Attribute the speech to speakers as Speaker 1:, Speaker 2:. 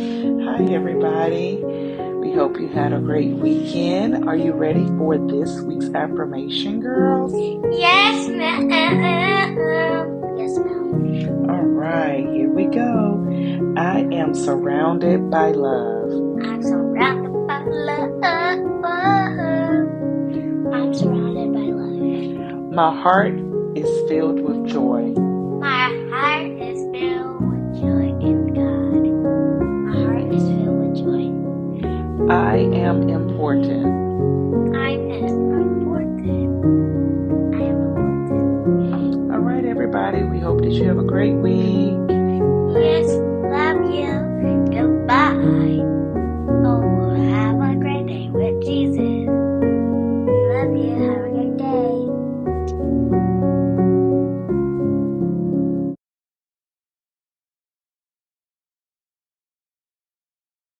Speaker 1: morning, everybody. We hope you had a great weekend. Are you ready for this week's affirmation, girls?
Speaker 2: Yes, ma'am. Yes, ma'am.
Speaker 1: All right, here we go. I am surrounded by love.
Speaker 2: I'm surrounded by love. I'm surrounded by love.
Speaker 1: My heart is filled with joy.
Speaker 2: My heart is filled with joy in God. My heart is filled with joy.
Speaker 1: I am important.
Speaker 2: I'm important. I am important.
Speaker 1: All right, everybody, we hope that you have a great week.
Speaker 2: Yes, love you. Goodbye. Oh,